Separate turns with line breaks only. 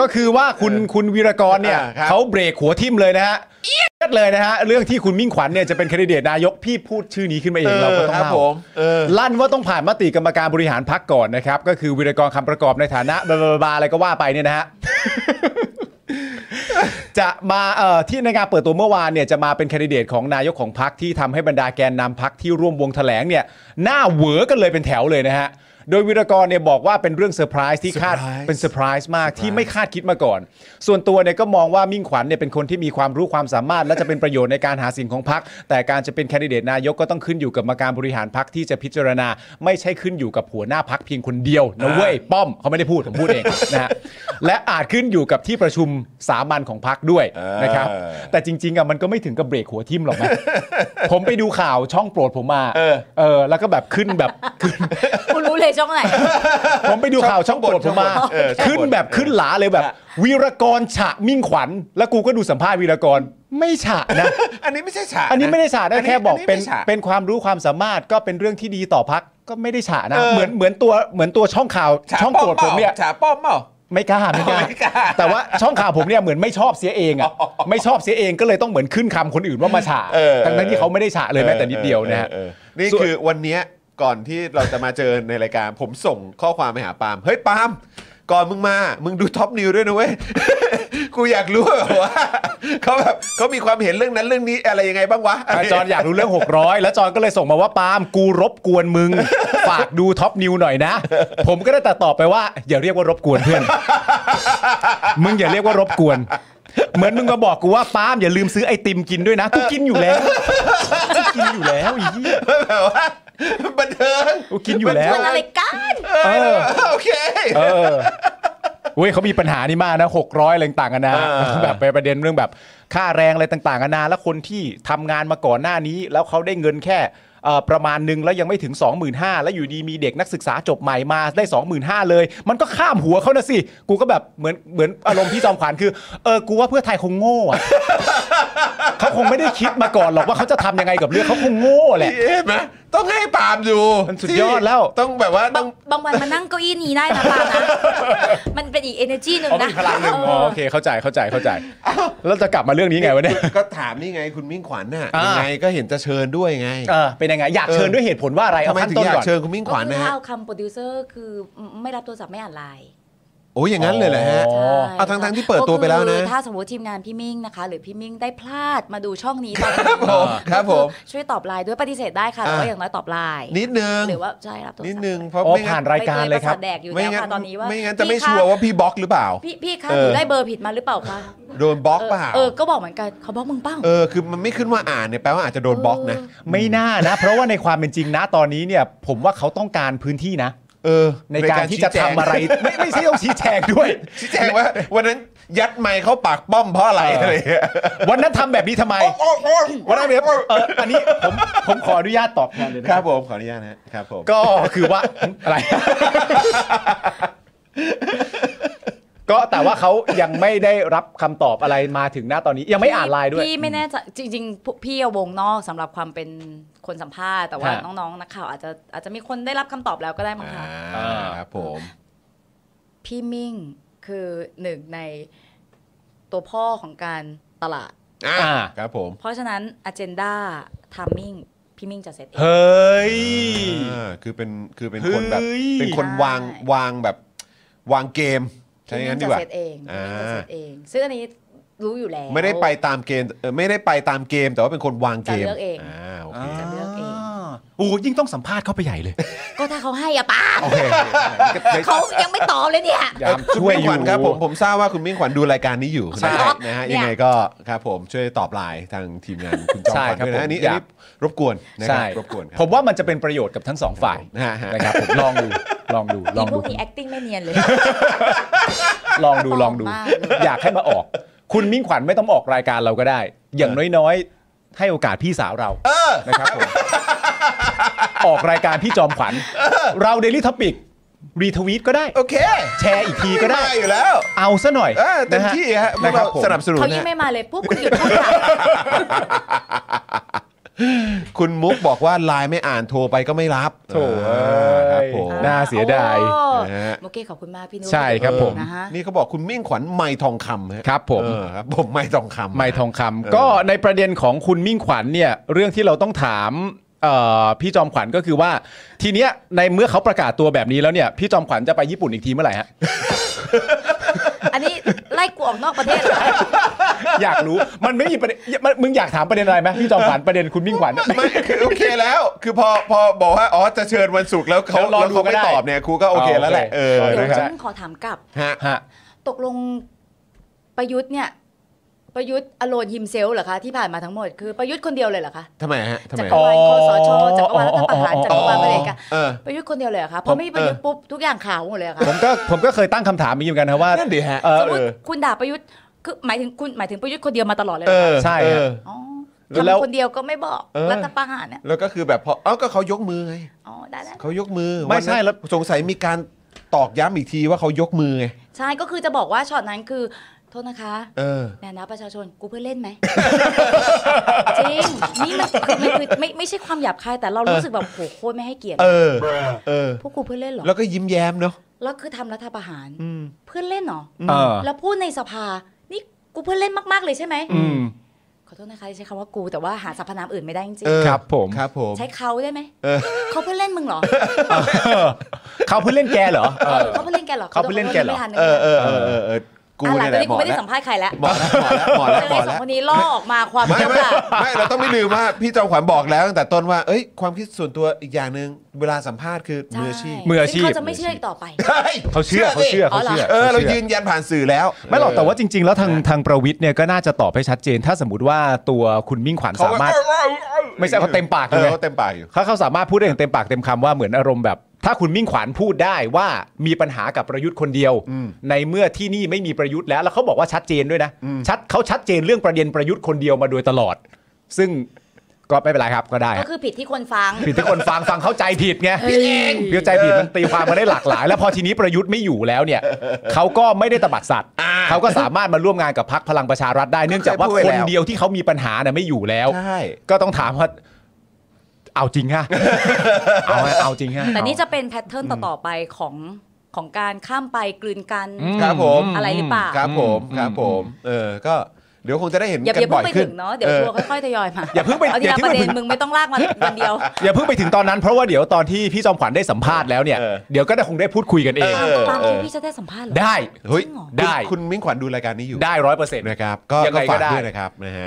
ก็คือว่าคุณคุณวีรกรเนี่ย
อ่าครับ
เขาเบรกหัวทิ่มเลยนะฮะเอี๊ยดเลยนะฮะเรื่องที่คุณมิ่งขวัญเนี่ยจะเป็นแคนดิเดตนายกพี่พูดชื่อนี้ขึ้นมาเองเราก็ต้อง
ครับ
เล่า
ผมเออ
ลั่นว่าต้องผ่านมติกรรมการบริหารพักก่อนนะครับ ก็คือวิรกรคำประกอบในฐานะบลาบลาบลาอะไรก็ว่าไปเนี่ยนะฮะ จะมาเอ่อที่ในงานเปิดตัวเมื่อวานเนี่ยจะมาเป็นแคนดิเดตของนายกของพักที่ทำให้บรรดาแกนนำพักที่ร่วมวงแถลงเนี่ยหน้าเหวอกันเลยเป็นแถวเลยนะฮะ โดยวิรกรเนี่ยบอกว่าเป็นเรื่องเซอร์ไพรส์ที่คาด
Surprise
เป็นเซอร์ไพรส์มากที่ไม่คาดคิดมาก่อน ส่วนตัวเนี่ยก็มองว่ามิ่งขวัญเนี่ยเป็นคนที่มีความรู้ความสามารถ และจะเป็นประโยชน์ในการหาเสียงของพรรคแต่การจะเป็นแคนดิเดตนายกก็ต้องขึ้นอยู่กับกรรมการบริหารพรรคที่จะพิจารณา ไม่ใช่ขึ้นอยู่กับหัวหน้าพรรคเพียงคนเดียวนะเว้ย ป้อมเขาไม่ได้พูดผมพูดเองนะฮะและอาจขึ้นอยู่กับที่ประชุมสามัญของพรรคด้วยนะครับ
เออ
แต่จริงๆอ่ะมันก็ไม่ถึงกับเบรกหัวทิ่มหรอกนะ ผมไปดูข่าวช่องโปรดผมมา
เออ
เออแล้วก็แบบขึ้นแบบขึ้น
คุณรู้เลยช่องไหน
ผมไปดูข่าวช่องโปรดผมมา
ช่องโปรดเออช่องโปรด
ขึ้นแบบขึ้นหลาเลยแบบ
อ่ะ
วีรกรฉะมิ่งขวัญ แล้วกูก็ดูสัมภาษณ์วีรกรไม่ฉะ นะ
อันนี้ไม่ใช่ฉาก
อันนี้ไม่ได้ฉะนะแค่บอก
นนี้
เป็น
ไม่ฉาก
เป็นความรู้ความสามารถก็เป็นเรื่องที่ดีต่อพักก็ไม่ได้ฉะนะ
เออ
เหมือนเหมือนตัวเหมือนตัวช่องข่าว
ฉาก
ช่องโปรดผมเนี่ย
ฉากป้อมเปล่า
ไม่กล้าไม่กล้า
ไม่กล้า
แต่ว่าช่องข่าวผมเนี่ยเหมือนไม่ชอบเสียเองอ่ะไม่ชอบเสียเองก็เลยต้องเหมือนขึ้นคำคนอื่นว่ามาฉะ
เออ
ทั้งนั้นที่เขาไม่ได้ฉะเลยแม้แต่นิดเดียวนะฮะ
ออเออเออนี่
ส่วน
คือวันเนี้ยก่อนที่เราจะมาเจอในรายการ ผมส่งข้อความไปหาปาล์มเฮ้ยปาล์มก่อนมึงมา มึงดูท็อปนิวด้วยนะเว้ย กูอยากรู้ว่าเขาแบบเขามีความเห็นเรื่องนั้นเรื่องนี้อะไรยังไงบ้างวะะไร
อาจอนอยากรู้เรื่อง 600 แล้วจอนก็เลยส่งมาว่าปาล์มกูรบกวนมึง ฝากดูท็อปนิวหน่อยนะ ผมก็ได้แต่ตอบไปว่า อย่าเรียกว่ารบกวนเพื่อน มึงอย่าเรียกว่ารบกวน เหมือนมึงมาบอกกูว่าปาล์มอย่าลืมซื้อไอติมกินด้วยนะ กูกินอยู่แล้วกูกินอยู่แล้วอีเหี้ย
แบบว่าบันเทิง
กูกินอยู่แล้ว
มันอะไรกัน
เออ
โอเค
เออเว้ยเขามีปัญหานี่มากนะหกร้อยอะไรต่างกันนะ
เออ
แบบไปประเด็นเรื่องแบบค่าแรงอะไรต่างกันนะแล้วคนที่ทำงานมาก่อนหน้านี้ แล้วเขาได้เงินแค่เอ่อประมาณหนึ่งแล้วยังไม่ถึง 25,000แล้วอยู่ดีมีเด็กนักศึกษาจบใหม่มาได้ 25,000เลย มันก็ข้ามหัวเขานะสิ กูก็แบบเหมือนเหมือนอารมณ์พี่จอมขวัญคือเออกูว่าเพื่อไทยคงโง่อะ เขาคงไม่ได้คิดมาก่อนหรอกว่าเขาจะทำยังไงกับเรื่องเขาคงโง่แหละ
พี่เอ๊ะไหมต้องให้ปาล์มดู
มันสุดยอดแล้ว
ต้องแบบว่า
บา
ต้อง ง
บางวันมานั่งเก้าอี้นี้ได้นะปา ล์มนะ มันเป็นอีก energy หนึ่ง
เขา
นะ
มีพลังหนึ่ง
เอ
อ๋อ
อ
โอเคเข้าใจเข้าใจเข้าใจแล้วจะกลับมาเรื่องนี้ไงวะเนี่ย
ก็ถามนี่ไงคุณมิ่งขวัญน่ะ
อ่ายั
ยังไงก็เห็นจะเชิญด้วยไง
เออเป็นยังไงอยาก
เออ
เชิญด้วยเหตุผลว่าอะไร
ทำ
เอา
ไม
ขั้น
ถึ
ต้
ง
น
อยา
ก่
ก
อน
เชิญคุณมิ่งขวัญ
ก็
นะ
คือ
ฮะ
เอาคำโปรดิวเซอร์คือไม่รับโทรศัพท์ไม่อ่านไลน์
โอ้ยอย่างนั้นเลยเหรอฮะ
อ๋อ
ใช่
เอาทั้งๆที่เปิดตัวไปแล้วนะ
ก็คือถ้าสมมติทีมงานพี่มิ่งนะคะ หรือพี่มิ่งได้พลาดมาดูช่องนี้ตอนนี้
ครับผมครับผม
ก็อช่วยตอบไลน์ด้วยปฏิเสธได้ค่ะแต่
อ่า
ว่าอย่างน้อยตอบไลน์
นิดนึง
หรือว่าใช่รับโทรศัพท์
นิดนึงเพราะ
อ๋อ
ไม่
ผ่า
งั้
น
น
รายการเลยครับ
ปะสทแดกอยู่
ไม่
แล้ว
งั้น
ค่ะตอนนี้ว่า
ไม่งั้นจะไม่
พี่ค
ชัวร์ว่าพี่บล็อกหรือเปล่า
พี่พี่คะ
เอ
ห
อ
นูได้เบอร์ผิดมาหรือเปล่าคะ
โดนบล็อกเปล่า
เออก็บอกเหมือนกันเขาบล็อกมึงเปล่า
เออคือมันไม่ขึ้นว่าอ่านเนี่ยแปลว่าอาจจะโดนบล็อกนะ
ไม่น่านะ เพราะว่าในความเป็นจริงนะตอนนี้เนี่ย ผมว่าเขาต้องการพื้นที่นะ
เออ
ในการที่จะ
ชี้แง
ทำอะไร ไม่ไม่ใช่ต้องชี้แจงด้วย
ชี้แจงว่าวันนั้นยัดไมค์เข้าปากป้อมเพราะอะไร
เอออ
อะไรอย่างเงี้ย
วันนั้นทำแบบนี้ทำไม วันนั้นแบบเอออันนี้ผมผมขออนุญาตตอบแทนเลยนะ
ค
ค
รั
รั
บบ ผมขออนุญาตนะครับผม
ก็คือว่าอะไร ก็แต่ว่าเขายังไม่ได้รับคำตอบอะไรมาถึงหน้าตอนนี้ ยังไม่อ่านไลน์ด้วย
พี่ไม่แน่ใจจริงๆพวกพี่วงนอกสำหรับความเป็นคนสัมภาษณ์แต่ว่า
ฮะ
น้องๆนักข่าวอาจจะอาจจะมีคนได้รับคำตอบแล้วก็ได้มั้งคะ
อ่า
ครับผม
พี่มิ่งคือหนึ่งในตัวพ่อของการตลาด
อ่า
อ่า
ครับผม
เพราะฉะนั้นอ g e n d a t i m i n g พี่มิ่งจะเซตเอง
เฮ้ย
อ่าคือเป็นคือเป็นคนแบบ
เฮ้ย
เป็นคนวาง
ใช่
วางแบบวางเกมใช่
พี่
งั้น
มิ่ง
ดี
จะ
กว่า
เซตเองพี่มิ่งจะเซ
อ่า
ตเอง ซึ่งอันนี้รู้อยู่แล้ว
ไม่ได้ไปตามเกมเอ่อไม่ได้ไปตามเกม แต่ว่าเป็นคนวางเกม
จะเลือกเอง
อ่าโอเค
จะเลือกเอง
โอ้ยิ่งต้องสัมภาษณ์เข้าไปใหญ่เลย
ก็ถ้าเขาให้อะปาล์ม
โอเค
เขายังไม่ตอบเลยเนี่ย
ยาม
คุณ
ช่วย
มิ่
อ
งข
ยู่
วัญครับผมผมทราบว่าคุณมิ่งขวัญดูรายการนี้อยู่
ใช่
นะครับนะฮะ
เนี่ย
ยังไงก็ครับผมช่วยตอบไลน์ทางทีมงานคุณจอม
ใช่
ขวัญ
ครับ
ด้วยนะอันนี้
ผม
อัน
อ
นี้
ยาก
รบกวนนะครั
ใช่
บรบกวนครั
ผมว่ามันจะเป็นประโยชน์กับทั้งสองฝ่าย
นะฮะ
นะครับผมลองดูลองดูลอง
พ
ดู
วกนี้ acting ไม่เนียนเลย
ลองดูลองดู
ปลอมมากเลย
อยากให้มาออก คุณมิ่งขวัญไม่ต้องออกรายการเราก็ได้ อย่างน้อยๆ ให้โอกาสพี่สาวเรา
เออ
นะครับผมออกรายการพี่จอมขวัญเราเดลิทอปิกรีทวีตก็ได้
โอเค
แชร์อีกทีก็ได้
ม่อยู่แล้ว
เอาซะหน่อย
เออเต็ม
นะฮะ
ที่ฮะพว
นะ
ก
ครั
เรา
บผม
สนับสนุน
เขา
นะ
ยิ่
ฮะ
งไม่มาเลยปุ๊บคุณหยุดพูดค่ะ
คุณมุกบอกว่าไลน์ไม่อ่านโทรไปก็ไม่รับ
โถ่
อ่าครับผม
น่าเสียดาย
โอ้
นะฮะ
โมเก้ขอบคุณมากพี่นุ้ย
ใช่ครับผม
นะฮะ
นี่เขาบอกคุณมิ่งขวัญไม่ทองคำฮะ
ครับผม
เออครับผมไม่ทองคำ
ไม่ทองคำ
เออ
ก็ในประเด็นของคุณมิ่งขวัญเนี่ยเรื่องที่เราต้องถามเอ่อพี่จอมขวัญก็คือว่า ทีเนี้ยในเมื่อเขาประกาศตัวแบบนี้แล้วเนี่ยพี่จอมขวัญจะไปญี่ปุ่นอีกทีเมื่อไหร่ฮะ
อันนี้ไล่กูออกนอกประเทศ เหรอ
อยากรู้มันไม่มีประเด็นมันมึงอยากถามประเด็นอะไรไหมพี่จอมขวัญประเด็นคุณมิ่งขวัญ
ไม่คือโอเคแล้ว คือพอพอบอกว่าอ๋อจะเชิญวันศุกร์แล้วเขา
แล้วรอ
แล้วเขา
ดูก็
ไม่
ได้
ตอบเนี่ยครูก็โอเคแล้วแหละ
อ๋อโอเค
เออ
เดี๋
นะ
ยว
ค
ฉั
รับ
นขอถามกลับ
ฮะ
ฮะ
ตกลงประยุทธ์เนี่ย ประยุทธ์อโลนยิมเซลเหรอคะที่ผ่านมาทั้งหมดคือประยุทธ์คนเดียวเลยเหรอคะ
ทำไมฮะทำ
จั
ไม
กร
ฮะ
วาลคอสช
อ๋อ
จักรวาลรัฐประหาร
อ๋อ
จักรวาลประเผด็จการ
เออ
ประยุทธ์คนเดียวเลยเหรอคะพอไม่มีประยุทธ์ปุ๊บทุกอย่างขาวหมดเลยเหรอคะ
ผมก็ผมก็เคยตั้งคำถามมีเหมือนกันนะว่า
นั่นดิฮะ
เออ
สมมติคุณด่าประยุทธ์คือหมายถึงคุณหมายถึงประยุทธ์คนเดียวมาตลอดเลยเห
เอ
รอ
อ
คะ
ใช่ฮะ
เออ
อ๋อ
แล้ว
ทำคนเดียวก็ไม่บอก
เออ
รัฐประหารเนี่ย
แล้วก็คือแบบพอเอ้าก็เขายกมือไง
อ๋อได้แล้ว
เขายกมือ
ไม่ใช่
นนั้น
แล้ว
สงสัยมีการตอกย้ำอีกทีว่าเขายกมือไง
ใช่ก็คือจะบอกว่าช็อตนั้นคือโทษนะคะ
เออ
เนี่ยนะประชาชนกูเพื่อเล่นไหม จริง นี่มันคือมันคือไม่ไม่ใช่ความหยาบคายแต่เรารู้สึกแบบโหโคตรไม่ให้เกียรติ
เออเออ
พวกกูเพื่อเล่นเหรอ
แล้วก็ยิ้มแย้มเนาะ
แล้วคือทำรัฐประหารเพื่อเล่นเหรอ
เออ
แล้วพูดในสภา นี่กูเพื่อเล่นมากๆเลยใช่ไหม
อืม
ขอโทษนะคะที่ใช้คำว่ากูแต่ว่าหาสรรพนามอื่นไม่ได้จริง
เออ
ครับผม
ครับผม
ๆใช้เขาได้ไหม
เออ
เขาเพื่อเล่นมึงเหรอ
เขาเพิ่งเล่นแกเหรอเออ
เขาเพื่อเล่นแกเหรอ
เขาเพื่อเล่นแกเหรอ
ขโด
เออ
ข
เออเออเออเออกู
โดนไม่ทันอ่ะหลั
เนี่ยแหละเห
งจากนี้กู
มาะ
ไม่ได้
แล้ว
สัมภาษณ์ใครแล้ว
เหมาะแล้วเหมาะแล้ว
จะ
เห
ได้
มาะ
ส
แล้ว
องคนนี้ล่อออกมาความ
ไม่
เจ้า
ไม่
ค่ะ
ไม่เราต้องไม่ลืมว่าพี่จอมขวัญบอกแล้วตั้งแต่ต้นว่าเอ้ยความคิดส่วนตัวอีกอย่างหนึ่งเวลาสัมภาษณ์คือมืออาชีพ
ใช่
มืออาชีพ
ซึ่งเขาจะไม่เชื่ออีกต่อไป
เฮ้ย
เขาเชื่อเขาเชื่อเขาเชื่อ
เออเรายืนยันผ่านสื่อแล้ว
ไม่หรอกแต่ว่าจริง ๆ แล้วทาง
เออ
ทางประวิทย์เนี่ยก็น่าจะตอบให้ชัดเจน ถ้าสมมติว่าตัวคุณมิ่งขวัญสามารถ ไม่ใช่เขาเต็มปาก
เอ
ใช่
อ
ไหม
เขาเต็มปากอยู่
เขาเขาสามารถพูดได้อย่างเต็มปากเต็มคำว่าเหมือนอารมณ์แบบ ถ้าคุณมิ่งขวัญพูดได้ว่ามีปัญหากับประยุทธ์คนเดียว
อืม
ในเมื่อที่นี่ไม่มีประยุทธ์แล้วแล้วเขาบอกว่าชัดเจนด้วยนะชัดเขาชัดเจนเรื่องประเด็นประยุทธ์คนเดียวมาโดยตลอด ซึ่งก็ไม่เป็นไรครับก็ได้
ก็คือผิดที่คนฟัง
ผิดที่คนฟังฟังเข้าใจผิดไง
ผิดเอง
เข้าใจผิดมันตีความมาได้หลากหลาย แล้วพอทีนี้ประยุทธ์ไม่อยู่แล้วเนี่ยเขาก็ไม่ได้ตบัดสัตว์
อ่า
เขาก็สามารถมาร่วมงานกับพรรคพลังประชารัฐได้ เนื่องจากว่า
เคยพูด
คน
ไว้แล้ว
เดียวที่เขามีปัญหาน่ะไม่อยู่แล้ว
ใช่
ก็ต้องถามว่า เอาจริงฮะ เอาฮะเอาจริงฮะ
แต่นี่
เอา
จะเป็นแพทเทิร์นต่อ ๆ ไปของของการข้ามไปกลืนกัน
อืม
ครับผม
อะไรหรือเปล่า
ครับผม
อืม
ครับผม เออก็เดี๋ยวคงจะได้เห็น
อย่า
กั
เพิ่
น
ง
บ่อย
ไป
ขึ้
ถึ
น
งเนาะเดี๋ยวทัวร์ค่อยๆทยอยมา
อย่าเพิ่งไป
เอาที
อย่า
ละ
เพิ่
ป
ง
ระ
ไป
เด็นมึงไม่ต้องลากมาวันเดียว
อย่าเพิ่งไปถึงตอนนั้นเพราะว่าเดี๋ยวตอนที่พี่จอมขวัญได้สัมภาษณ์แล้วเนี่ย
เออ
เดี๋ยวก็ได้คงได้พูดคุยกันเอง
เออ
ปาล์มคิดพี่จะได้สัมภาษณ์เหรอ
ได้
เฮ้ย
จริงเหรอ
ได้
คุณคุณมิ่งขวัญดูรายการนี้อยู่
ได้ร้อยเปอร์เซ็นต์
นะครับ ก็
ยัง
ก็
ไงก็
ฝาก
ได้
ด้วยนะครับนะฮะ